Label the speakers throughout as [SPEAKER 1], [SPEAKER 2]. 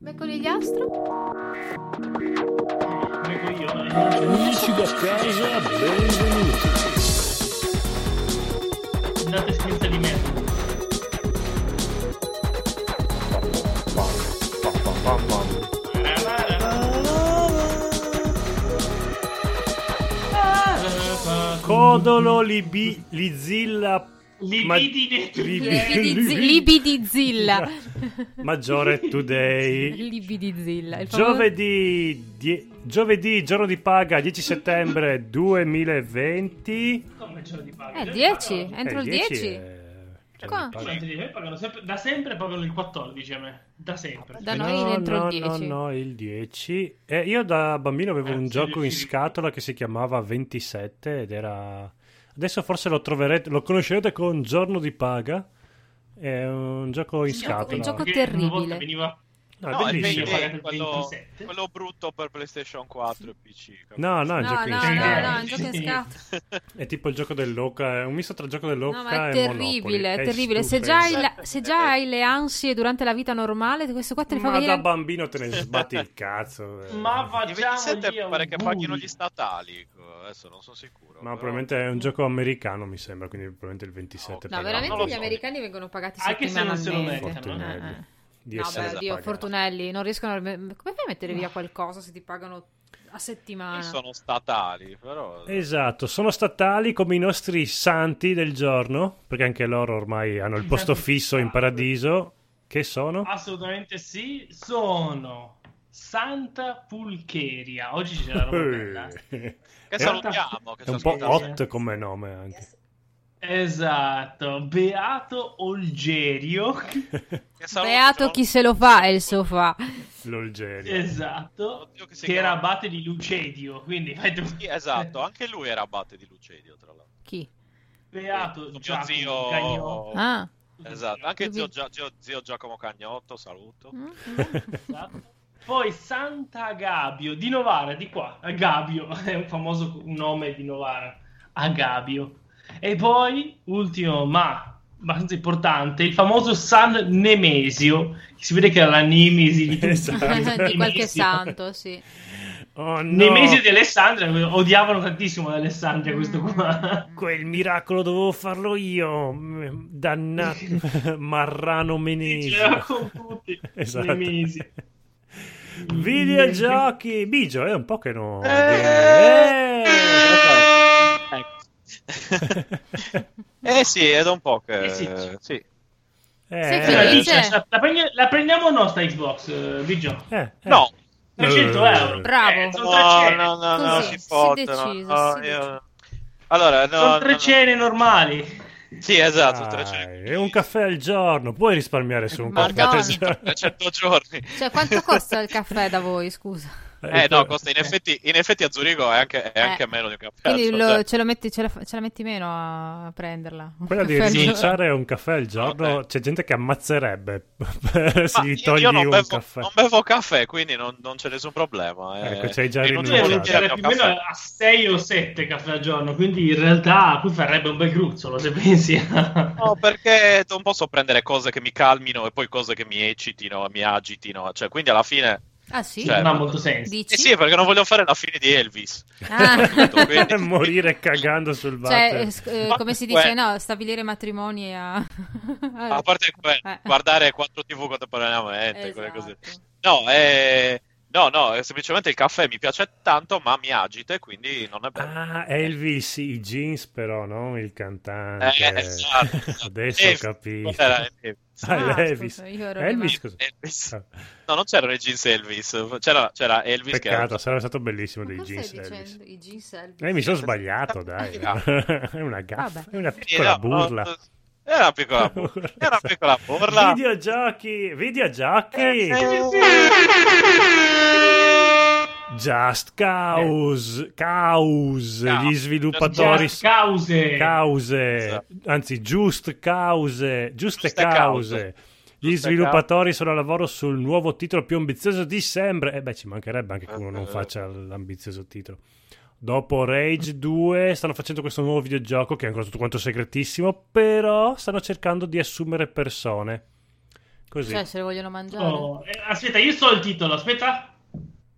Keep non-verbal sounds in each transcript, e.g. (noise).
[SPEAKER 1] Beh, conigliastro?
[SPEAKER 2] Amici da casa, benvenuti.
[SPEAKER 3] Andate senza di me.
[SPEAKER 2] Codolo libi, Lizilla
[SPEAKER 3] Libidine.
[SPEAKER 2] Libi-
[SPEAKER 1] Libidizi-
[SPEAKER 2] libi-
[SPEAKER 1] Libidizilla.
[SPEAKER 2] Maggiore
[SPEAKER 1] (laughs)
[SPEAKER 2] Today.
[SPEAKER 1] Libidizilla. il famoso-
[SPEAKER 2] Giovedì, die- giovedì, giorno di paga, 10 settembre 2020.
[SPEAKER 3] (laughs) Come ce lo di paga?
[SPEAKER 1] Eh, 10. Entro
[SPEAKER 2] Eh,
[SPEAKER 1] il 10.
[SPEAKER 2] 10 è-
[SPEAKER 1] Qua.
[SPEAKER 2] giorno di paga.
[SPEAKER 3] Tanti di me pagano sempre- da sempre pagano il 14 a me. Da sempre.
[SPEAKER 1] Da noi
[SPEAKER 2] no,
[SPEAKER 1] dentro
[SPEAKER 2] no,
[SPEAKER 1] il 10.
[SPEAKER 2] No, no, il 10. Eh, io da bambino avevo
[SPEAKER 3] Ah,
[SPEAKER 2] un
[SPEAKER 3] sì,
[SPEAKER 2] gioco in
[SPEAKER 3] sì.
[SPEAKER 2] scatola che si chiamava 27 ed era... Adesso forse lo troverete, lo conoscerete con Giorno di Paga. È un gioco in
[SPEAKER 1] Un gioco-
[SPEAKER 2] scatola.
[SPEAKER 1] un gioco-
[SPEAKER 3] Perché una volta
[SPEAKER 1] terribile.
[SPEAKER 3] Veniva...
[SPEAKER 2] No, è
[SPEAKER 4] No, è
[SPEAKER 2] bellissimo.
[SPEAKER 3] vero.
[SPEAKER 4] eh, quello,
[SPEAKER 3] 27.
[SPEAKER 4] quello brutto per PlayStation 4 e PC. capito?
[SPEAKER 2] No, no, è un
[SPEAKER 1] No,
[SPEAKER 2] gioco in
[SPEAKER 1] no,
[SPEAKER 2] scatola.
[SPEAKER 1] no, no, è un gioco in
[SPEAKER 3] Sì.
[SPEAKER 1] scatola.
[SPEAKER 2] È tipo il gioco dell'oca, è un misto tra il gioco dell'oca
[SPEAKER 1] No, ma è
[SPEAKER 2] e Monopoli.
[SPEAKER 1] terribile, è terribile. Se
[SPEAKER 2] stupendo.
[SPEAKER 1] già, hai la- se già hai le ansie durante la vita normale, questo qua te le fa
[SPEAKER 2] Ma da
[SPEAKER 1] venire...
[SPEAKER 2] bambino
[SPEAKER 1] (laughs)
[SPEAKER 2] te ne sbatti il cazzo. eh.
[SPEAKER 3] Ma
[SPEAKER 4] Il
[SPEAKER 3] facciamo
[SPEAKER 4] 27 pare che paghino gli statali. Adesso non sono
[SPEAKER 2] Ma
[SPEAKER 4] sicuro. però-
[SPEAKER 2] probabilmente è un gioco americano, mi sembra, quindi probabilmente il 27
[SPEAKER 1] No,
[SPEAKER 2] per-
[SPEAKER 1] veramente
[SPEAKER 2] non lo
[SPEAKER 1] gli
[SPEAKER 2] so.
[SPEAKER 1] americani vengono pagati
[SPEAKER 3] Anche se non se lo
[SPEAKER 1] settimanalmente.
[SPEAKER 2] Fortunelli.
[SPEAKER 1] Eh, eh.
[SPEAKER 2] Di
[SPEAKER 1] No,
[SPEAKER 2] essere
[SPEAKER 1] beh, oddio,
[SPEAKER 2] pagati.
[SPEAKER 1] fortunelli, non riescono a... Come fai a mettere via qualcosa se ti pagano a settimana?
[SPEAKER 4] Sì, sono statali, però.
[SPEAKER 2] Esatto, sono statali come i nostri santi del giorno, perché anche loro ormai hanno il posto
[SPEAKER 3] Santi
[SPEAKER 2] fisso in
[SPEAKER 3] santi.
[SPEAKER 2] paradiso. Che sono?
[SPEAKER 3] Assolutamente sì. Sono Santa Pulcheria. Oggi c'è
[SPEAKER 2] (laughs)
[SPEAKER 3] la roba bella.
[SPEAKER 2] Eh,
[SPEAKER 4] Che
[SPEAKER 2] È-
[SPEAKER 4] salutiamo. Che
[SPEAKER 2] È un
[SPEAKER 4] ci
[SPEAKER 2] po'
[SPEAKER 4] ascolta
[SPEAKER 3] Pulcheria.
[SPEAKER 2] hot come nome anche.
[SPEAKER 3] Esatto. Beato Olgerio. (laughs)
[SPEAKER 4] sempre. Che saluto,
[SPEAKER 1] Beato
[SPEAKER 4] però-
[SPEAKER 1] chi se lo fa è il sofà.
[SPEAKER 2] L'Olgeria.
[SPEAKER 3] Esatto.
[SPEAKER 4] Oddio, che si
[SPEAKER 3] Che era
[SPEAKER 4] chiama-
[SPEAKER 3] abate di Lucedio. Quindi fai tu.
[SPEAKER 4] Sì, esatto, anche lui era abate di Lucedio, tra l'altro.
[SPEAKER 1] Chi?
[SPEAKER 3] Beato
[SPEAKER 4] Mio
[SPEAKER 3] Giacomo
[SPEAKER 4] zio-
[SPEAKER 3] Cagnò.
[SPEAKER 2] (laughs)
[SPEAKER 1] Ah.
[SPEAKER 4] Esatto, anche
[SPEAKER 1] Così.
[SPEAKER 4] zio, Gia- zio- zio Giacomo Cagnotto, saluto.
[SPEAKER 1] Mm.
[SPEAKER 3] Esatto. Poi Santa Gabio di Novara, di qua, Agabio, (laughs) è un famoso nome di Novara, Agabio. E poi, ultimo ma abbastanza importante, il famoso San Nemesio, che si vede che era la nimesi di tutti.
[SPEAKER 2] Esatto.
[SPEAKER 1] (laughs) (laughs) di qualche
[SPEAKER 3] Nemesio.
[SPEAKER 1] santo, sì.
[SPEAKER 2] Oh no,
[SPEAKER 3] Nemesio di Alessandria, odiavano tantissimo Alessandria questo
[SPEAKER 1] Eh.
[SPEAKER 3] qua.
[SPEAKER 2] quel miracolo dovevo farlo io. mm, Dannato (laughs) Marrano
[SPEAKER 3] Diceva
[SPEAKER 2] Menesio.
[SPEAKER 3] con tutti,
[SPEAKER 2] (laughs) Esatto.
[SPEAKER 3] Nemesio.
[SPEAKER 2] (laughs) Videogiochi. Bigio, è un po' che non...
[SPEAKER 4] Eh.
[SPEAKER 2] Eh.
[SPEAKER 4] Eh sì, è da un po' che...
[SPEAKER 3] Eh sì.
[SPEAKER 4] sì.
[SPEAKER 1] Sei
[SPEAKER 2] Eh,
[SPEAKER 3] Allora,
[SPEAKER 1] felice?
[SPEAKER 3] Licia, la, prendi- la prendiamo o no sta Xbox, eh, Biggio?
[SPEAKER 2] eh, eh.
[SPEAKER 4] No,
[SPEAKER 3] 300 euro.
[SPEAKER 1] Bravo.
[SPEAKER 3] Eh, sono tre
[SPEAKER 4] no,
[SPEAKER 3] cene.
[SPEAKER 4] no, no, no,
[SPEAKER 1] Così,
[SPEAKER 4] si
[SPEAKER 1] si
[SPEAKER 4] fottono.
[SPEAKER 1] deciso,
[SPEAKER 4] no,
[SPEAKER 1] si
[SPEAKER 4] io-
[SPEAKER 1] deciso.
[SPEAKER 4] Allora, no,
[SPEAKER 3] Sono
[SPEAKER 4] no,
[SPEAKER 3] tre
[SPEAKER 4] no.
[SPEAKER 3] cene normali.
[SPEAKER 4] Sì, esatto,
[SPEAKER 2] Dai,
[SPEAKER 4] tre cene.
[SPEAKER 2] e Ah, un caffè al giorno. Puoi risparmiare su un caffè al
[SPEAKER 1] Madonna.
[SPEAKER 2] giorno. (laughs)
[SPEAKER 4] 300 giorni.
[SPEAKER 1] Cioè, quanto costa il caffè da voi, scusa?
[SPEAKER 4] (laughs) Eh no, costa in effetti, in effetti a Zurigo è anche, è anche
[SPEAKER 1] Eh.
[SPEAKER 4] meno di un caffè.
[SPEAKER 1] Quindi
[SPEAKER 4] cioè,
[SPEAKER 1] lo-
[SPEAKER 4] cioè,
[SPEAKER 1] ce, lo metti, ce, la, fa- ce la metti meno a prenderla. Un
[SPEAKER 2] Quella di
[SPEAKER 1] caffè al giorno.
[SPEAKER 2] rinunciare a un caffè al giorno,
[SPEAKER 4] Vabbè.
[SPEAKER 2] c'è gente che ammazzerebbe per
[SPEAKER 4] ma
[SPEAKER 2] si
[SPEAKER 4] io-
[SPEAKER 2] togli
[SPEAKER 4] io non
[SPEAKER 2] un
[SPEAKER 4] bevo,
[SPEAKER 2] caffè.
[SPEAKER 4] non bevo caffè, quindi non, non c'è nessun problema. eh.
[SPEAKER 2] Ecco, c'hai già
[SPEAKER 4] È
[SPEAKER 3] Tu
[SPEAKER 4] inutile
[SPEAKER 3] devi
[SPEAKER 2] rinunciato.
[SPEAKER 4] rinunciare
[SPEAKER 3] mangiare
[SPEAKER 4] a
[SPEAKER 3] Cioè, più o meno
[SPEAKER 4] caffè.
[SPEAKER 3] a 6 o 7 caffè al giorno, quindi in realtà qui farebbe un bel gruzzolo se pensi.
[SPEAKER 1] Oh,
[SPEAKER 4] No, perché non posso prendere cose che mi calmino e poi cose che mi eccitino, mi agitino. Cioè, quindi alla fine...
[SPEAKER 1] Ah, sì?
[SPEAKER 3] (laughs)
[SPEAKER 4] Cioè,
[SPEAKER 3] non ha molto senso.
[SPEAKER 4] Eh
[SPEAKER 1] Dici?
[SPEAKER 4] sì, perché non voglio fare la fine di Elvis.
[SPEAKER 1] Ah.
[SPEAKER 2] (laughs)
[SPEAKER 4] quindi-
[SPEAKER 2] Morire cagando sul water.
[SPEAKER 1] Cioè, sc- eh,
[SPEAKER 4] Ma-
[SPEAKER 1] come si dice,
[SPEAKER 4] Eh.
[SPEAKER 1] no, stabilire matrimoni a... (laughs)
[SPEAKER 4] A parte quello,
[SPEAKER 1] Eh.
[SPEAKER 4] guardare 4 TV contemporaneamente, quelle cose.
[SPEAKER 1] Esatto.
[SPEAKER 4] No, eh, no, no, è semplicemente il caffè mi piace tanto, ma mi agita e quindi non è bello.
[SPEAKER 2] Ah, Elvis, i jeans però, no? Il cantante.
[SPEAKER 4] Eh, esatto.
[SPEAKER 2] Adesso ho
[SPEAKER 4] Elvis,
[SPEAKER 2] capito.
[SPEAKER 4] Era Elvis.
[SPEAKER 2] Ah,
[SPEAKER 1] Ah,
[SPEAKER 2] Elvis.
[SPEAKER 1] scusa, io ero rimasta-
[SPEAKER 2] Elvis, cosa-
[SPEAKER 4] Elvis.
[SPEAKER 2] Ah,
[SPEAKER 4] No, non c'erano i jeans Elvis, c'era, c'era Elvis che era-
[SPEAKER 2] Peccato, sarebbe stato bellissimo
[SPEAKER 1] Ma
[SPEAKER 2] dei
[SPEAKER 1] cosa
[SPEAKER 2] jeans
[SPEAKER 1] stai
[SPEAKER 2] Elvis.
[SPEAKER 1] dicendo? I jeans Elvis?
[SPEAKER 2] Eh, mi sono sbagliato, dai. È una gaffa,
[SPEAKER 1] Vabbè.
[SPEAKER 2] è una
[SPEAKER 4] Quindi,
[SPEAKER 2] piccola
[SPEAKER 4] no, no,
[SPEAKER 2] burla. Esatto.
[SPEAKER 4] Era una piccola burla. Era una piccola burla. Eh.
[SPEAKER 2] Videogiochi, videogiochi. Just Cause, Cause,
[SPEAKER 4] Eh. Cause.
[SPEAKER 2] gli sviluppatori
[SPEAKER 3] Just cause.
[SPEAKER 2] cause,
[SPEAKER 4] Esatto.
[SPEAKER 2] anzi Just Cause, giuste,
[SPEAKER 4] Giuste
[SPEAKER 2] cause.
[SPEAKER 4] cause.
[SPEAKER 2] Gli
[SPEAKER 4] Giuste
[SPEAKER 2] sviluppatori sono al lavoro sul nuovo titolo più ambizioso di sempre. E beh, ci mancherebbe anche che uno non
[SPEAKER 4] Eh.
[SPEAKER 2] faccia l'ambizioso titolo. Dopo Rage 2 stanno facendo questo nuovo videogioco che è ancora tutto quanto segretissimo, però stanno cercando di assumere persone. Così.
[SPEAKER 1] Cioè, se le vogliono mangiare.
[SPEAKER 3] Oh, eh, aspetta, io so il titolo, aspetta.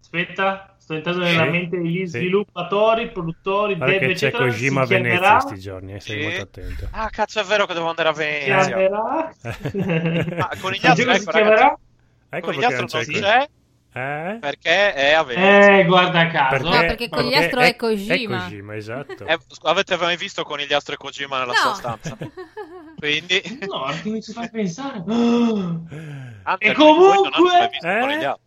[SPEAKER 3] Aspetta, sto entrando nella
[SPEAKER 2] Sì,
[SPEAKER 3] mente degli
[SPEAKER 2] sì.
[SPEAKER 3] sviluppatori, produttori,
[SPEAKER 2] Guarda
[SPEAKER 3] dev,
[SPEAKER 2] che c'è
[SPEAKER 3] eccetera. Si
[SPEAKER 2] Kojima a Venezia
[SPEAKER 3] chiamerà...
[SPEAKER 2] questi giorni, eh, stai
[SPEAKER 4] Sì.
[SPEAKER 2] molto attento.
[SPEAKER 4] Ah, cazzo, è vero che devo andare a
[SPEAKER 2] Eh,
[SPEAKER 4] Venezia.
[SPEAKER 3] chiamerà...
[SPEAKER 4] Ah, con gli
[SPEAKER 3] Il gioco
[SPEAKER 4] altri,
[SPEAKER 3] si
[SPEAKER 4] ecco, ragazzi,
[SPEAKER 3] chiamerà...
[SPEAKER 2] Ecco
[SPEAKER 4] con gli
[SPEAKER 2] perché non c'è
[SPEAKER 4] altri non
[SPEAKER 2] Kojima.
[SPEAKER 4] c'è
[SPEAKER 2] Eh?
[SPEAKER 4] perché è a Venezia.
[SPEAKER 3] Eh, guarda caso.
[SPEAKER 1] No, perché con gli
[SPEAKER 2] perché
[SPEAKER 1] altri è Kojima.
[SPEAKER 2] È Kojima, esatto.
[SPEAKER 4] Eh, scu- avete mai visto Conigliastro e Kojima nella
[SPEAKER 1] (laughs)
[SPEAKER 4] sua stanza? Quindi,
[SPEAKER 3] No, che mi ci fai pensare. (gasps) Ah,
[SPEAKER 4] Hunter,
[SPEAKER 3] comunque-
[SPEAKER 4] voi non avete mai visto
[SPEAKER 2] Eh?
[SPEAKER 4] Conigliastro.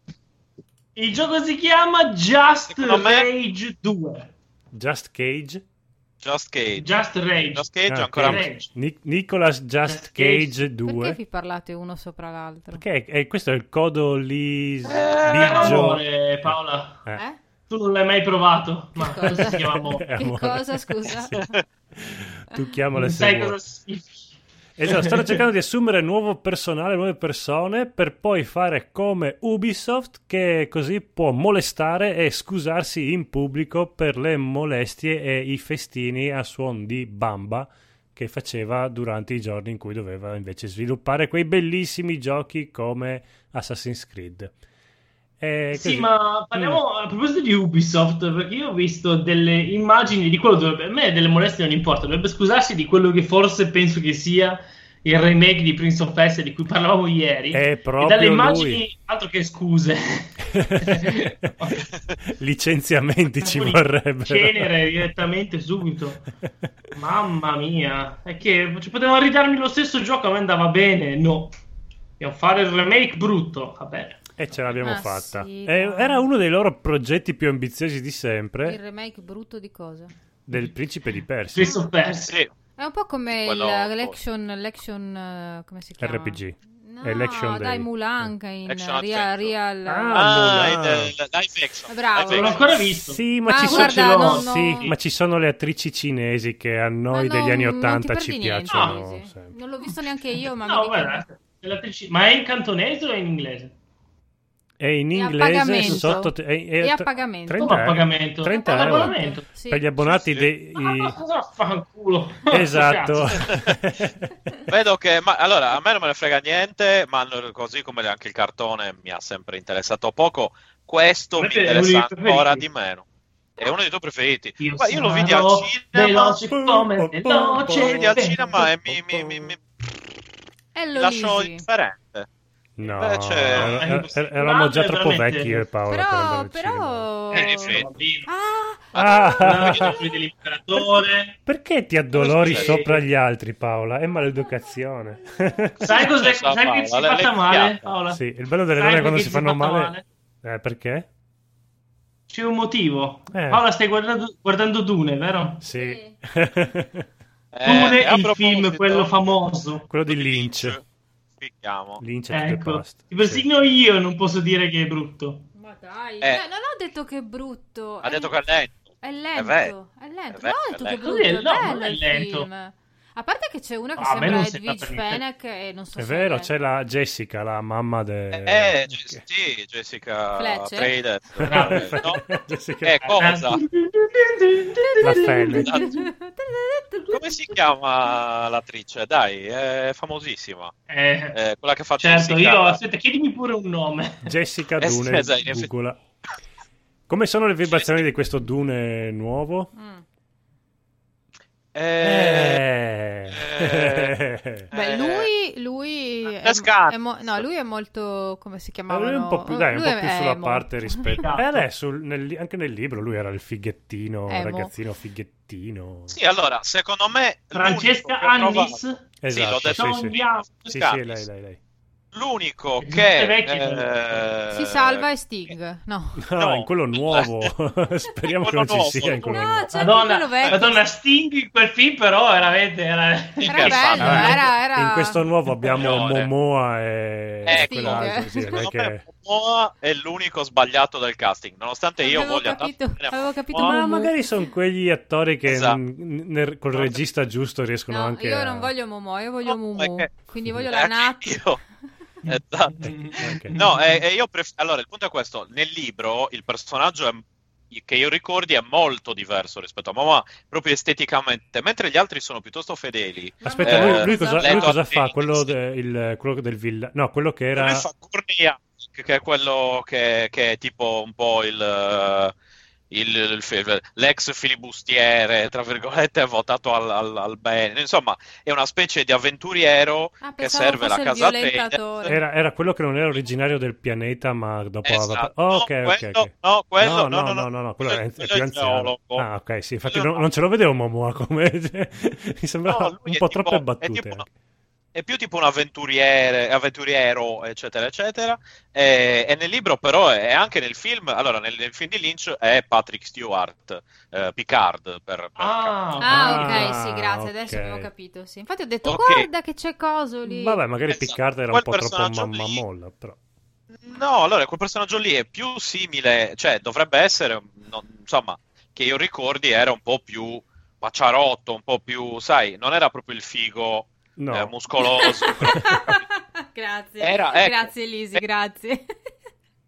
[SPEAKER 3] Il gioco si chiama Just
[SPEAKER 4] Secondo me-
[SPEAKER 3] Rage 2.
[SPEAKER 2] Just Cage.
[SPEAKER 4] Just Cage.
[SPEAKER 3] Just Rage.
[SPEAKER 4] Just Cage
[SPEAKER 2] Ah,
[SPEAKER 4] ancora
[SPEAKER 2] ok.
[SPEAKER 3] Rage.
[SPEAKER 2] Ni- Nicolas Just
[SPEAKER 3] Just Cage.
[SPEAKER 2] Cage 2.
[SPEAKER 1] Eh, Perché vi parlate uno sopra l'altro?
[SPEAKER 2] Perché è- è- questo è il codo
[SPEAKER 4] Eh,
[SPEAKER 2] lì
[SPEAKER 3] Per
[SPEAKER 2] Biggio.
[SPEAKER 3] amore, Paola,
[SPEAKER 2] Eh.
[SPEAKER 1] Eh?
[SPEAKER 3] tu non l'hai mai provato. Ma
[SPEAKER 1] Che
[SPEAKER 2] (laughs)
[SPEAKER 1] cosa?
[SPEAKER 3] si chiama amore.
[SPEAKER 2] Eh, amore.
[SPEAKER 1] Che cosa, scusa? (laughs)
[SPEAKER 2] Sì. Tu chiamala
[SPEAKER 3] Non
[SPEAKER 2] se
[SPEAKER 3] sai
[SPEAKER 2] vuoi.
[SPEAKER 3] cosa significa. (laughs)
[SPEAKER 2] Esatto, stanno cercando di assumere nuovo personale, nuove persone per poi fare come Ubisoft che così può molestare e scusarsi in pubblico per le molestie e i festini a suon di bamba che faceva durante i giorni in cui doveva invece sviluppare quei bellissimi giochi come Assassin's Creed. E
[SPEAKER 3] Sì,
[SPEAKER 2] così. Mm.
[SPEAKER 3] ma parliamo a proposito di Ubisoft, perché io ho visto delle immagini di quello dove a me delle molestie non importa, dovrebbe scusarsi di quello che forse penso che sia il remake di Prince of Persia di cui parlavamo ieri.
[SPEAKER 2] È
[SPEAKER 3] e dalle
[SPEAKER 2] proprio
[SPEAKER 3] immagini,
[SPEAKER 2] lui.
[SPEAKER 3] altro che scuse.
[SPEAKER 2] Mm. (laughs) Licenziamenti (laughs) ci vorrebbero.
[SPEAKER 3] Cenere direttamente subito.
[SPEAKER 2] (laughs)
[SPEAKER 3] Mamma mia, è che ci potevano ridarmi lo stesso gioco, a me andava bene. No, dobbiamo fare il remake brutto. Vabbè,
[SPEAKER 2] E ce l'abbiamo
[SPEAKER 1] Ma
[SPEAKER 2] fatta.
[SPEAKER 1] Ah, sì,
[SPEAKER 2] Eh,
[SPEAKER 1] dai.
[SPEAKER 2] era uno dei loro progetti più ambiziosi di
[SPEAKER 1] Il
[SPEAKER 2] sempre,
[SPEAKER 1] remake brutto di cosa?
[SPEAKER 2] del Principe di Persia.
[SPEAKER 3] Prince of Persia.
[SPEAKER 4] Sì,
[SPEAKER 1] È un po' come il-
[SPEAKER 4] Quello-
[SPEAKER 1] l'action, l'action, eh, come si chiama?
[SPEAKER 2] RPG.
[SPEAKER 1] No,
[SPEAKER 2] È l'action
[SPEAKER 1] dai,
[SPEAKER 2] day.
[SPEAKER 1] Mulan che in
[SPEAKER 4] Action
[SPEAKER 1] real,
[SPEAKER 4] adventure.
[SPEAKER 1] real-
[SPEAKER 2] Ah,
[SPEAKER 4] ah,
[SPEAKER 2] Mulan.
[SPEAKER 4] è del live action.
[SPEAKER 1] Bravo.
[SPEAKER 4] Live
[SPEAKER 3] Non l'ho
[SPEAKER 4] action.
[SPEAKER 3] ancora visto.
[SPEAKER 2] Sì, ma,
[SPEAKER 1] Ah,
[SPEAKER 2] ci
[SPEAKER 1] guarda,
[SPEAKER 2] sono,
[SPEAKER 1] no, no.
[SPEAKER 2] sì, ma ci sono le attrici cinesi che a noi
[SPEAKER 1] Ma
[SPEAKER 2] degli
[SPEAKER 1] non-
[SPEAKER 2] anni
[SPEAKER 1] non ti
[SPEAKER 2] 80
[SPEAKER 1] perdi
[SPEAKER 2] ci
[SPEAKER 1] niente,
[SPEAKER 2] piacciono.
[SPEAKER 1] Luigi.
[SPEAKER 2] sempre.
[SPEAKER 1] Non l'ho visto neanche io, ma mi
[SPEAKER 3] No,
[SPEAKER 1] ricordo.
[SPEAKER 3] guarda, dell'attrici- ma è in cantonese o è in inglese?
[SPEAKER 2] E in
[SPEAKER 1] E a
[SPEAKER 2] inglese
[SPEAKER 1] pagamento.
[SPEAKER 2] sotto... E,
[SPEAKER 1] E a pagamento.
[SPEAKER 3] Come Oh, a
[SPEAKER 2] 30 euro.
[SPEAKER 3] pagamento?
[SPEAKER 2] 30
[SPEAKER 3] Ah,
[SPEAKER 2] euro.
[SPEAKER 3] abbonamento.
[SPEAKER 1] Sì.
[SPEAKER 2] Per gli abbonati
[SPEAKER 4] Sì,
[SPEAKER 2] dei...
[SPEAKER 3] Ma (laughs)
[SPEAKER 2] i-
[SPEAKER 3] cosa fanculo? (laughs)
[SPEAKER 2] Esatto.
[SPEAKER 4] Vedo che, ma, allora, a me non me ne frega niente, ma no- così come anche il cartone mi ha sempre interessato poco, questo mi
[SPEAKER 3] Questo è
[SPEAKER 4] interessa
[SPEAKER 3] uno dei tuoi
[SPEAKER 4] ancora di
[SPEAKER 3] preferiti.
[SPEAKER 4] meno. È uno dei tuoi preferiti.
[SPEAKER 3] Io,
[SPEAKER 4] Ma io lo vidi al
[SPEAKER 3] sarò
[SPEAKER 4] cinema,
[SPEAKER 3] veloce come le noci
[SPEAKER 4] lo vidi al
[SPEAKER 3] del
[SPEAKER 4] cinema e mi,
[SPEAKER 3] vento.
[SPEAKER 4] mi- mi- mi-
[SPEAKER 1] È
[SPEAKER 4] mi lasciò
[SPEAKER 1] Lolisi.
[SPEAKER 4] indifferente.
[SPEAKER 2] (laughs) No,
[SPEAKER 4] Invece-
[SPEAKER 2] er- er- er- eravamo già troppo
[SPEAKER 3] Veramente.
[SPEAKER 2] vecchi io e Paolo per andare
[SPEAKER 1] Però,
[SPEAKER 2] al cinema.
[SPEAKER 1] però...
[SPEAKER 4] Eh, in effetti.
[SPEAKER 1] Ah,
[SPEAKER 2] Ah.
[SPEAKER 3] No, vedi
[SPEAKER 2] (laughs)
[SPEAKER 3] l'imperatore.
[SPEAKER 2] Perché ti addolori
[SPEAKER 4] Sì.
[SPEAKER 2] sopra gli altri, Paola? È maleducazione.
[SPEAKER 3] Sai cos'è?
[SPEAKER 4] Lo so,
[SPEAKER 3] Sai che si è
[SPEAKER 4] Paola,
[SPEAKER 3] fatta
[SPEAKER 4] le
[SPEAKER 3] male,
[SPEAKER 4] fiate.
[SPEAKER 3] Paola?
[SPEAKER 2] (laughs) sì, il bello delle
[SPEAKER 3] Sai
[SPEAKER 2] donne è quando
[SPEAKER 3] perché
[SPEAKER 2] si
[SPEAKER 3] si è
[SPEAKER 2] fanno
[SPEAKER 3] fatta
[SPEAKER 2] male. Eh, perché?
[SPEAKER 3] C'è un motivo.
[SPEAKER 2] Eh.
[SPEAKER 3] Paola, stai guardando, guardando Dune, vero?
[SPEAKER 2] Sì. (laughs)
[SPEAKER 3] Dune
[SPEAKER 4] Eh, a
[SPEAKER 3] è il
[SPEAKER 4] proposito-
[SPEAKER 3] film, quello famoso.
[SPEAKER 2] Quello di Lynch.
[SPEAKER 4] Spieghiamo.
[SPEAKER 2] Lynch è tutto e
[SPEAKER 3] Ecco,
[SPEAKER 2] Certo, basta. Sì.
[SPEAKER 3] persino io non posso dire che è brutto.
[SPEAKER 1] ma dai.
[SPEAKER 4] Eh.
[SPEAKER 1] Eh, non ho detto che è brutto.
[SPEAKER 4] Ha
[SPEAKER 1] è-
[SPEAKER 4] detto che è lento.
[SPEAKER 1] È
[SPEAKER 4] È vero.
[SPEAKER 1] lento, è lento.
[SPEAKER 4] È
[SPEAKER 1] No,
[SPEAKER 4] vero,
[SPEAKER 1] è
[SPEAKER 4] è
[SPEAKER 1] tutto
[SPEAKER 4] lento.
[SPEAKER 1] brutto,
[SPEAKER 3] Sì,
[SPEAKER 1] è
[SPEAKER 3] no,
[SPEAKER 1] bello
[SPEAKER 3] non è
[SPEAKER 1] il
[SPEAKER 3] lento.
[SPEAKER 1] film. A parte che c'è una che
[SPEAKER 3] Ah, a me
[SPEAKER 1] sembra
[SPEAKER 3] non sembra
[SPEAKER 1] Edwidge
[SPEAKER 3] per niente.
[SPEAKER 1] Fennec e non so
[SPEAKER 2] È
[SPEAKER 1] se... (laughs)
[SPEAKER 2] vero, c'è la Jessica, la mamma del...
[SPEAKER 4] Eh, Jess- sì, Jessica
[SPEAKER 1] Fletcher?
[SPEAKER 4] Trader.
[SPEAKER 3] Bravo.
[SPEAKER 4] No?
[SPEAKER 2] (laughs) Jessica.
[SPEAKER 4] Eh, cosa?
[SPEAKER 2] La Fennec.
[SPEAKER 4] Esatto. Come si chiama l'attrice? Dai, è famosissima.
[SPEAKER 3] Eh,
[SPEAKER 4] Eh, quella che fa
[SPEAKER 3] certo,
[SPEAKER 4] Jessica.
[SPEAKER 3] io... Aspetta, chiedimi pure un nome.
[SPEAKER 2] Jessica
[SPEAKER 4] (laughs) Eh,
[SPEAKER 2] Dune.
[SPEAKER 4] scusa, in effetti-
[SPEAKER 2] Googola. Come sono le vibrazioni di questo Dune nuovo?
[SPEAKER 1] Mm.
[SPEAKER 4] Eh,
[SPEAKER 2] (laughs) Eh.
[SPEAKER 1] Beh,
[SPEAKER 4] Eh,
[SPEAKER 1] lui, lui
[SPEAKER 4] eh,
[SPEAKER 1] è,
[SPEAKER 4] Scat.
[SPEAKER 1] è mo- no, lui è molto come si
[SPEAKER 2] Ma
[SPEAKER 1] chiamava?
[SPEAKER 2] Eh, lui è un po' più, dai, un po' più sulla parte rispetto.
[SPEAKER 3] Esatto.
[SPEAKER 2] E Eh, adesso nel- anche nel libro lui era il fighettino,
[SPEAKER 1] Emo.
[SPEAKER 2] ragazzino fighettino.
[SPEAKER 4] Sì, allora, secondo me
[SPEAKER 3] Francesca
[SPEAKER 4] l'unico che ho
[SPEAKER 3] Annis.
[SPEAKER 2] Esatto,
[SPEAKER 4] sì, l'ho detto.
[SPEAKER 2] sì, sì.
[SPEAKER 3] Sean Bianco.
[SPEAKER 2] Sì,
[SPEAKER 4] Scarpis.
[SPEAKER 2] sì, lei, lei, lei.
[SPEAKER 4] L'unico
[SPEAKER 3] Tutte
[SPEAKER 4] che
[SPEAKER 3] vecchie.
[SPEAKER 4] eh,
[SPEAKER 1] Si salva e Sting. No.
[SPEAKER 2] No,
[SPEAKER 4] No.
[SPEAKER 2] in quello
[SPEAKER 4] (laughs)
[SPEAKER 2] nuovo. (laughs) Speriamo che
[SPEAKER 4] Quello
[SPEAKER 2] non ci
[SPEAKER 4] nuovo.
[SPEAKER 2] sia in quello
[SPEAKER 1] No,
[SPEAKER 2] nuovo.
[SPEAKER 1] c'è
[SPEAKER 3] Madonna,
[SPEAKER 1] quello vecchio.
[SPEAKER 3] Madonna, Sting in quel film però veramente era...
[SPEAKER 1] Era bello,
[SPEAKER 2] Ah,
[SPEAKER 1] era, era...
[SPEAKER 2] In questo nuovo abbiamo
[SPEAKER 4] Signore.
[SPEAKER 2] Momoa e
[SPEAKER 4] Ecco.
[SPEAKER 2] quell'altro. Sì, non è
[SPEAKER 4] Secondo me
[SPEAKER 2] che...
[SPEAKER 4] Momoa è l'unico sbagliato del casting, nonostante io
[SPEAKER 1] Avevo
[SPEAKER 4] voglia
[SPEAKER 1] capito,
[SPEAKER 4] tanto bene a
[SPEAKER 1] avevo capito,
[SPEAKER 4] Momoa.
[SPEAKER 2] Ma magari sono quegli attori che
[SPEAKER 4] Esatto.
[SPEAKER 2] n- nel- col regista giusto riescono
[SPEAKER 1] No,
[SPEAKER 2] anche
[SPEAKER 1] io
[SPEAKER 2] a-
[SPEAKER 1] non voglio Momo, io voglio
[SPEAKER 4] No,
[SPEAKER 1] Mumu.
[SPEAKER 4] perché-
[SPEAKER 1] Quindi voglio
[SPEAKER 4] Eh,
[SPEAKER 1] la Nat.
[SPEAKER 4] io- (laughs) Esatto.
[SPEAKER 2] Ok.
[SPEAKER 4] No, e, e io pref- allora il punto è questo: nel libro il personaggio è che io ricordi è molto diverso rispetto a Momoa, proprio esteticamente, mentre gli altri sono piuttosto fedeli.
[SPEAKER 2] Aspetta,
[SPEAKER 4] Eh,
[SPEAKER 2] lui, lui cosa, lui
[SPEAKER 4] Leto
[SPEAKER 2] cosa
[SPEAKER 4] Attenti,
[SPEAKER 2] fa? Quello,
[SPEAKER 4] sì.
[SPEAKER 2] de- il- quello del villa... No, quello che era...
[SPEAKER 4] Lui fa Gurnia, che è quello che, che è tipo un po' il, eh, il- il fi- l'ex filibustiere, tra virgolette, (laughs) votato al, al- al bene. Insomma, è una specie di avventuriero
[SPEAKER 1] Ah,
[SPEAKER 4] che
[SPEAKER 1] pensavo
[SPEAKER 4] serve la
[SPEAKER 1] fosse il
[SPEAKER 4] casa
[SPEAKER 1] violentatore.
[SPEAKER 4] Bene.
[SPEAKER 2] Era, era quello che non era originario del pianeta, ma dopo aveva...
[SPEAKER 4] Esatto.
[SPEAKER 2] Oh,
[SPEAKER 4] No,
[SPEAKER 2] ok, ok,
[SPEAKER 4] quello-
[SPEAKER 2] ok.
[SPEAKER 4] no,
[SPEAKER 2] no,
[SPEAKER 4] quello- no,
[SPEAKER 2] no,
[SPEAKER 4] no,
[SPEAKER 2] no, no, quello è, è
[SPEAKER 4] quello
[SPEAKER 2] più
[SPEAKER 4] è il
[SPEAKER 2] anziano.
[SPEAKER 4] geologo.
[SPEAKER 2] Ah, (laughs) ok, sì, infatti
[SPEAKER 4] Quello
[SPEAKER 2] non,
[SPEAKER 4] no.
[SPEAKER 2] non ce lo vedevo Momoa come... (laughs) cioè, Mi sembrava
[SPEAKER 4] No, lui
[SPEAKER 2] un
[SPEAKER 4] è
[SPEAKER 2] po'
[SPEAKER 4] tipo-
[SPEAKER 2] troppe
[SPEAKER 4] è
[SPEAKER 2] battute. eh.
[SPEAKER 4] tipo-
[SPEAKER 2] anche.
[SPEAKER 4] È più tipo un avventuriere, avventuriero, eccetera, eccetera. E, e nel libro, però, e anche nel film. Allora, nel, nel film di Lynch è Patrick Stewart, eh, Picard. Per, per
[SPEAKER 3] Ah,
[SPEAKER 1] Ah,
[SPEAKER 2] Ah,
[SPEAKER 1] ok, sì, grazie. Adesso
[SPEAKER 2] ok.
[SPEAKER 1] abbiamo capito. Sì. Infatti, ho detto,
[SPEAKER 4] Ok.
[SPEAKER 1] guarda che c'è coso lì.
[SPEAKER 2] Vabbè, magari
[SPEAKER 4] Esatto.
[SPEAKER 2] Picard era un
[SPEAKER 4] Quel
[SPEAKER 2] po' troppo
[SPEAKER 4] personaggio
[SPEAKER 2] mamma
[SPEAKER 4] lì-
[SPEAKER 2] molla, però...
[SPEAKER 4] No, allora quel personaggio lì è più simile, cioè dovrebbe essere, non- insomma, che io ricordi era un po' più paciarotto, un po' più, sai, non era proprio il figo
[SPEAKER 2] No.
[SPEAKER 4] eh,
[SPEAKER 1] (laughs)
[SPEAKER 4] muscoloso.
[SPEAKER 2] (laughs)
[SPEAKER 1] grazie.
[SPEAKER 4] Era, ecco.
[SPEAKER 1] Grazie, Lisi, grazie.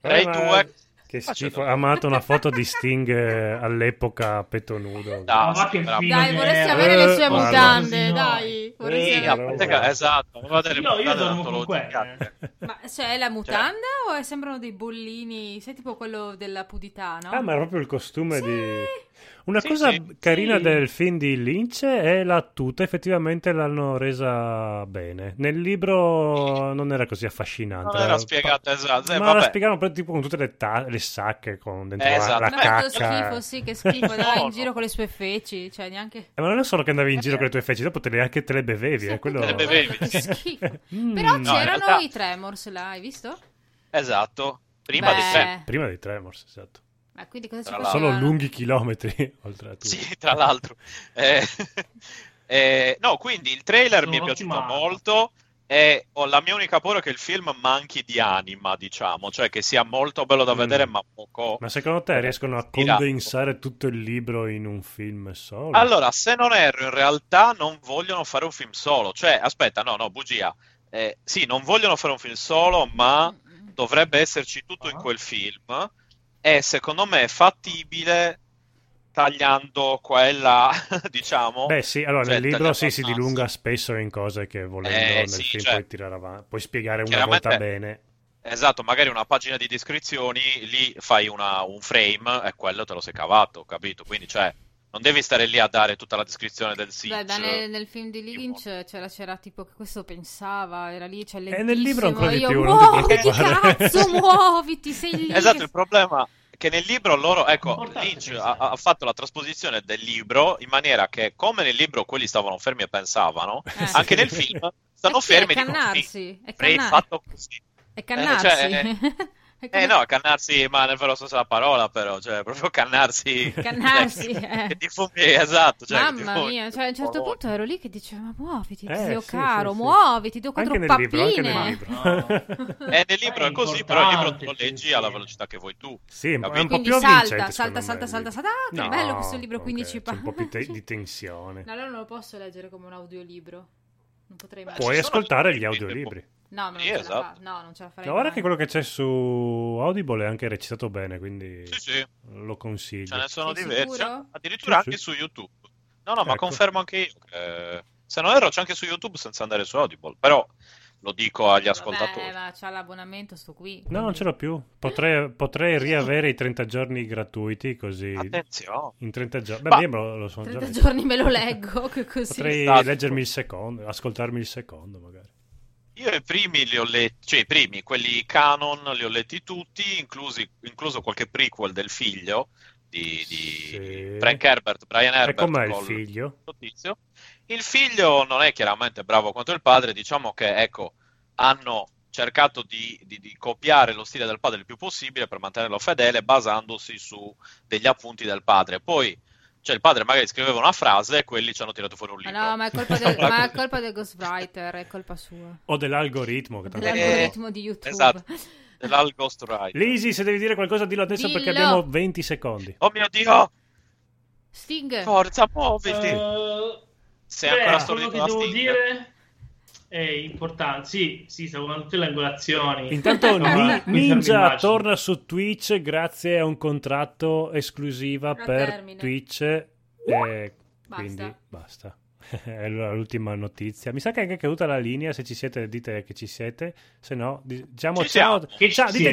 [SPEAKER 4] Ray
[SPEAKER 2] Eh, ma-
[SPEAKER 4] 2
[SPEAKER 2] Che
[SPEAKER 4] Ma
[SPEAKER 2] schifo.
[SPEAKER 4] c'è da-
[SPEAKER 2] Ha mandato una foto
[SPEAKER 4] (laughs)
[SPEAKER 2] di Sting eh, all'epoca a petto nudo.
[SPEAKER 4] No,
[SPEAKER 3] ma che
[SPEAKER 4] bravo.
[SPEAKER 3] figo
[SPEAKER 1] Dai,
[SPEAKER 3] che
[SPEAKER 1] vorresti
[SPEAKER 3] era.
[SPEAKER 1] avere le sue
[SPEAKER 2] Eh,
[SPEAKER 1] mutande,
[SPEAKER 3] guarda.
[SPEAKER 1] dai. Vorresti
[SPEAKER 2] Eh,
[SPEAKER 4] Sì,
[SPEAKER 1] avere-
[SPEAKER 4] a
[SPEAKER 2] no.
[SPEAKER 4] parte che- esatto, aveva delle
[SPEAKER 3] No, io eh,
[SPEAKER 4] puntate
[SPEAKER 3] dormo con
[SPEAKER 4] antologiche.
[SPEAKER 3] quelle.
[SPEAKER 1] Ma cioè, è la mutanda o è- sembrano dei bollini? Sei tipo quello della pudità, no?
[SPEAKER 2] Ah, ma era proprio il costume
[SPEAKER 1] Sì.
[SPEAKER 2] di... Una
[SPEAKER 4] Sì,
[SPEAKER 2] cosa
[SPEAKER 4] sì.
[SPEAKER 2] carina
[SPEAKER 3] Sì.
[SPEAKER 2] del film di Lynch è la tuta, effettivamente l'hanno resa bene. Nel libro non era così affascinante.
[SPEAKER 4] Non era spiegata, esatto, eh,
[SPEAKER 2] ma la
[SPEAKER 4] vabbè.
[SPEAKER 2] spiegavano proprio tipo con tutte le, ta- le sacche, con dentro
[SPEAKER 4] Eh,
[SPEAKER 2] la-
[SPEAKER 4] esatto.
[SPEAKER 2] la,
[SPEAKER 1] Ma
[SPEAKER 2] cacca.
[SPEAKER 1] quanto schifo, sì, che schifo, dai,
[SPEAKER 4] No,
[SPEAKER 1] in
[SPEAKER 4] no.
[SPEAKER 1] giro con le sue feci, cioè neanche...
[SPEAKER 2] (laughs) Eh, ma non è solo che andavi in giro con le tue feci, dopo te le, anche te le bevevi.
[SPEAKER 1] Sì,
[SPEAKER 2] eh, quello...
[SPEAKER 1] appunto,
[SPEAKER 4] Te le bevevi.
[SPEAKER 1] Che schifo.
[SPEAKER 2] (laughs) Mm.
[SPEAKER 1] Però
[SPEAKER 4] in
[SPEAKER 1] c'erano
[SPEAKER 4] realtà-
[SPEAKER 1] i Tremors là, hai visto?
[SPEAKER 4] Esatto, prima
[SPEAKER 1] Beh.
[SPEAKER 4] di sé.
[SPEAKER 2] Prima dei Tremors, esatto.
[SPEAKER 1] Ma quindi cosa ci
[SPEAKER 4] Tra
[SPEAKER 1] facevano?
[SPEAKER 4] l'altro.
[SPEAKER 2] Sono lunghi chilometri, (laughs) oltre a tutto.
[SPEAKER 4] Sì, tra l'altro. Eh, (laughs) eh, no, quindi il trailer mi è
[SPEAKER 3] Sono
[SPEAKER 4] piaciuto
[SPEAKER 3] ottimale.
[SPEAKER 4] molto e ho la mia unica paura è che il film manchi di anima, diciamo, cioè che sia molto bello da
[SPEAKER 2] Mm.
[SPEAKER 4] vedere ma poco...
[SPEAKER 2] Ma secondo te riescono a
[SPEAKER 4] Tirato.
[SPEAKER 2] condensare tutto il libro in un film solo?
[SPEAKER 4] Allora, se non erro, in realtà non vogliono fare un film solo, cioè, aspetta, no, no, bugia. Eh, sì, non vogliono fare un film solo, ma dovrebbe esserci tutto in
[SPEAKER 3] Ah.
[SPEAKER 4] quel film e secondo me è fattibile tagliando qua e là, (laughs) diciamo.
[SPEAKER 2] Beh sì, allora
[SPEAKER 4] Cioè,
[SPEAKER 2] nel libro
[SPEAKER 4] tagliamo
[SPEAKER 2] sì,
[SPEAKER 4] al
[SPEAKER 2] si
[SPEAKER 4] massimo.
[SPEAKER 2] dilunga spesso in cose che volendo
[SPEAKER 4] Eh,
[SPEAKER 2] nel
[SPEAKER 4] sì,
[SPEAKER 2] film
[SPEAKER 4] cioè,
[SPEAKER 2] puoi tirare avanti, puoi spiegare una
[SPEAKER 4] chiaramente-
[SPEAKER 2] volta bene.
[SPEAKER 4] Esatto, magari una pagina di descrizioni, lì fai una- un frame e quello te lo sei cavato, capito? Quindi, cioè, non devi stare lì a dare tutta la descrizione del
[SPEAKER 1] Beh,
[SPEAKER 4] Siege.
[SPEAKER 1] beh, nel, nel film di Lynch c'era, c'era tipo che questo pensava, era lì, cioè lentissimo.
[SPEAKER 2] Eh, nel libro ancora di
[SPEAKER 1] io,
[SPEAKER 2] più, non ti
[SPEAKER 1] Muoviti,
[SPEAKER 2] preoccupare." (laughs)
[SPEAKER 1] cazzo, muoviti, sei lì.
[SPEAKER 4] Esatto,
[SPEAKER 1] che-
[SPEAKER 4] il problema è che nel libro loro, ecco,
[SPEAKER 3] Importante
[SPEAKER 4] Lynch
[SPEAKER 3] pensare.
[SPEAKER 4] ha, ha fatto la trasposizione del libro in maniera che, come nel libro quelli stavano fermi e
[SPEAKER 3] (laughs)
[SPEAKER 4] pensavano,
[SPEAKER 1] Eh, sì.
[SPEAKER 4] anche
[SPEAKER 1] (laughs)
[SPEAKER 4] nel film stanno
[SPEAKER 1] Eh sì, è
[SPEAKER 4] fermi e dicono, sì,
[SPEAKER 1] cannarsi, è
[SPEAKER 4] avrei
[SPEAKER 1] canna-
[SPEAKER 4] fatto così.
[SPEAKER 1] è cannarsi. (laughs)
[SPEAKER 4] eh, Eh no, (laughs) cannarsi, ma nel vero senso della parola, però, cioè, proprio cannarsi.
[SPEAKER 1] Cannarsi,
[SPEAKER 4] Cioè,
[SPEAKER 1] eh.
[SPEAKER 4] che ti fumi- esatto, cioè, che ti
[SPEAKER 1] Mamma
[SPEAKER 4] fumi-
[SPEAKER 1] mia, cioè a un certo
[SPEAKER 4] Bologna.
[SPEAKER 1] punto ero lì che dicevo ma muoviti,
[SPEAKER 2] Eh,
[SPEAKER 1] zio
[SPEAKER 2] sì, sì,
[SPEAKER 1] caro,
[SPEAKER 2] sì.
[SPEAKER 1] muoviti, due
[SPEAKER 2] Anche
[SPEAKER 1] quattro
[SPEAKER 2] nel libro, anche nel
[SPEAKER 1] pappine. (laughs)
[SPEAKER 2] libro.
[SPEAKER 4] Eh, nel libro è così, però il libro te lo leggi alla velocità che vuoi tu.
[SPEAKER 2] (laughs) Sì, è un po'
[SPEAKER 4] Capito?
[SPEAKER 1] Quindi
[SPEAKER 2] più
[SPEAKER 1] salta,
[SPEAKER 2] avvincente,
[SPEAKER 1] salta,
[SPEAKER 2] secondo
[SPEAKER 1] salta,
[SPEAKER 2] me,
[SPEAKER 1] salta,
[SPEAKER 2] il
[SPEAKER 1] salta. Ah, che
[SPEAKER 2] libro.
[SPEAKER 1] bello questo libro,
[SPEAKER 2] ok,
[SPEAKER 1] 15
[SPEAKER 2] c'è un po' più te-
[SPEAKER 1] pagine.
[SPEAKER 2] di tensione.
[SPEAKER 1] No, allora non lo posso leggere come un audiolibro. Non potrei mai.
[SPEAKER 4] Beh,
[SPEAKER 2] Puoi
[SPEAKER 4] ci sono
[SPEAKER 2] ascoltare gli
[SPEAKER 4] libri che
[SPEAKER 2] audiolibri.
[SPEAKER 1] No, ma non
[SPEAKER 4] Sì,
[SPEAKER 1] ce la
[SPEAKER 4] esatto.
[SPEAKER 1] fa- No, non ce la farei.
[SPEAKER 2] Ma guarda
[SPEAKER 1] mai.
[SPEAKER 2] che quello che c'è su Audible è anche recitato bene, quindi
[SPEAKER 4] Sì, sì,
[SPEAKER 2] lo consiglio.
[SPEAKER 4] ce ne sono
[SPEAKER 1] Sei
[SPEAKER 4] diversi.
[SPEAKER 1] sicuro?
[SPEAKER 4] Addirittura
[SPEAKER 2] Sì,
[SPEAKER 4] anche su YouTube. No, no, ma
[SPEAKER 2] Ecco.
[SPEAKER 4] confermo anche io. che- Se non erro, c'è anche su YouTube senza andare su Audible. Però lo dico agli
[SPEAKER 1] Vabbè,
[SPEAKER 4] ascoltatori.
[SPEAKER 1] ma c'ha l'abbonamento sto qui.
[SPEAKER 2] No, non ce l'ho più. Potrei, potrei riavere i 30 giorni gratuiti così.
[SPEAKER 4] Attenzione.
[SPEAKER 2] In 30 giorni. Beh,
[SPEAKER 4] Ma-
[SPEAKER 2] io me lo, lo sono già
[SPEAKER 1] 30
[SPEAKER 2] letto.
[SPEAKER 1] giorni me lo leggo, (laughs)
[SPEAKER 2] (laughs)
[SPEAKER 1] che così.
[SPEAKER 2] Potrei
[SPEAKER 4] Esatto.
[SPEAKER 2] leggermi il secondo, ascoltarmi il secondo magari.
[SPEAKER 4] Io i primi li ho letti, cioè i primi, quelli canon li ho letti tutti, inclusi, incluso qualche prequel del figlio di, di
[SPEAKER 2] Sì.
[SPEAKER 4] Frank Herbert, Brian
[SPEAKER 2] E
[SPEAKER 4] Herbert
[SPEAKER 2] com'è il
[SPEAKER 4] col-
[SPEAKER 2] figlio?
[SPEAKER 4] questo tizio. Il figlio non è chiaramente bravo quanto il padre, diciamo che ecco, hanno cercato di, di- di copiare lo stile del padre il più possibile per mantenerlo fedele basandosi su degli appunti del padre. Poi, cioè il padre magari scriveva una frase e quelli ci hanno tirato fuori un
[SPEAKER 1] Ma
[SPEAKER 4] libro.
[SPEAKER 1] no, ma è colpa del, ma è colpa del ghostwriter, è colpa sua.
[SPEAKER 2] O dell'algoritmo. Che tanto-
[SPEAKER 1] Dell'algoritmo di YouTube.
[SPEAKER 4] Esatto, dell'Alghostwriter.
[SPEAKER 2] Lisi, se devi dire qualcosa, dillo adesso perché
[SPEAKER 1] Dillo.
[SPEAKER 2] abbiamo 20 secondi.
[SPEAKER 4] Oh mio Dio,
[SPEAKER 1] Sting,
[SPEAKER 4] forza, muoviti!
[SPEAKER 3] Eh,
[SPEAKER 4] Sei
[SPEAKER 3] beh,
[SPEAKER 4] ancora
[SPEAKER 3] quello
[SPEAKER 4] stordito
[SPEAKER 3] che
[SPEAKER 4] da
[SPEAKER 3] devo
[SPEAKER 4] Sting?
[SPEAKER 3] dire è importante. Sì, sì, sta guardando tutte le angolazioni. (laughs)
[SPEAKER 2] Intanto
[SPEAKER 3] No,
[SPEAKER 2] Ni-
[SPEAKER 3] guarda, mi fermo
[SPEAKER 2] Ninja
[SPEAKER 3] immagini.
[SPEAKER 2] torna su Twitch grazie a un contratto esclusiva
[SPEAKER 1] A
[SPEAKER 2] per
[SPEAKER 1] termine.
[SPEAKER 2] Twitch. E
[SPEAKER 1] Basta.
[SPEAKER 2] quindi basta. (laughs) È l- l'ultima notizia. Mi sa che è anche caduta la linea. Se ci siete, dite che ci siete. Se no, di- diciamo
[SPEAKER 4] Ci
[SPEAKER 2] ciao.
[SPEAKER 4] siamo.
[SPEAKER 3] Che ci
[SPEAKER 2] Ciao, dite
[SPEAKER 3] siete.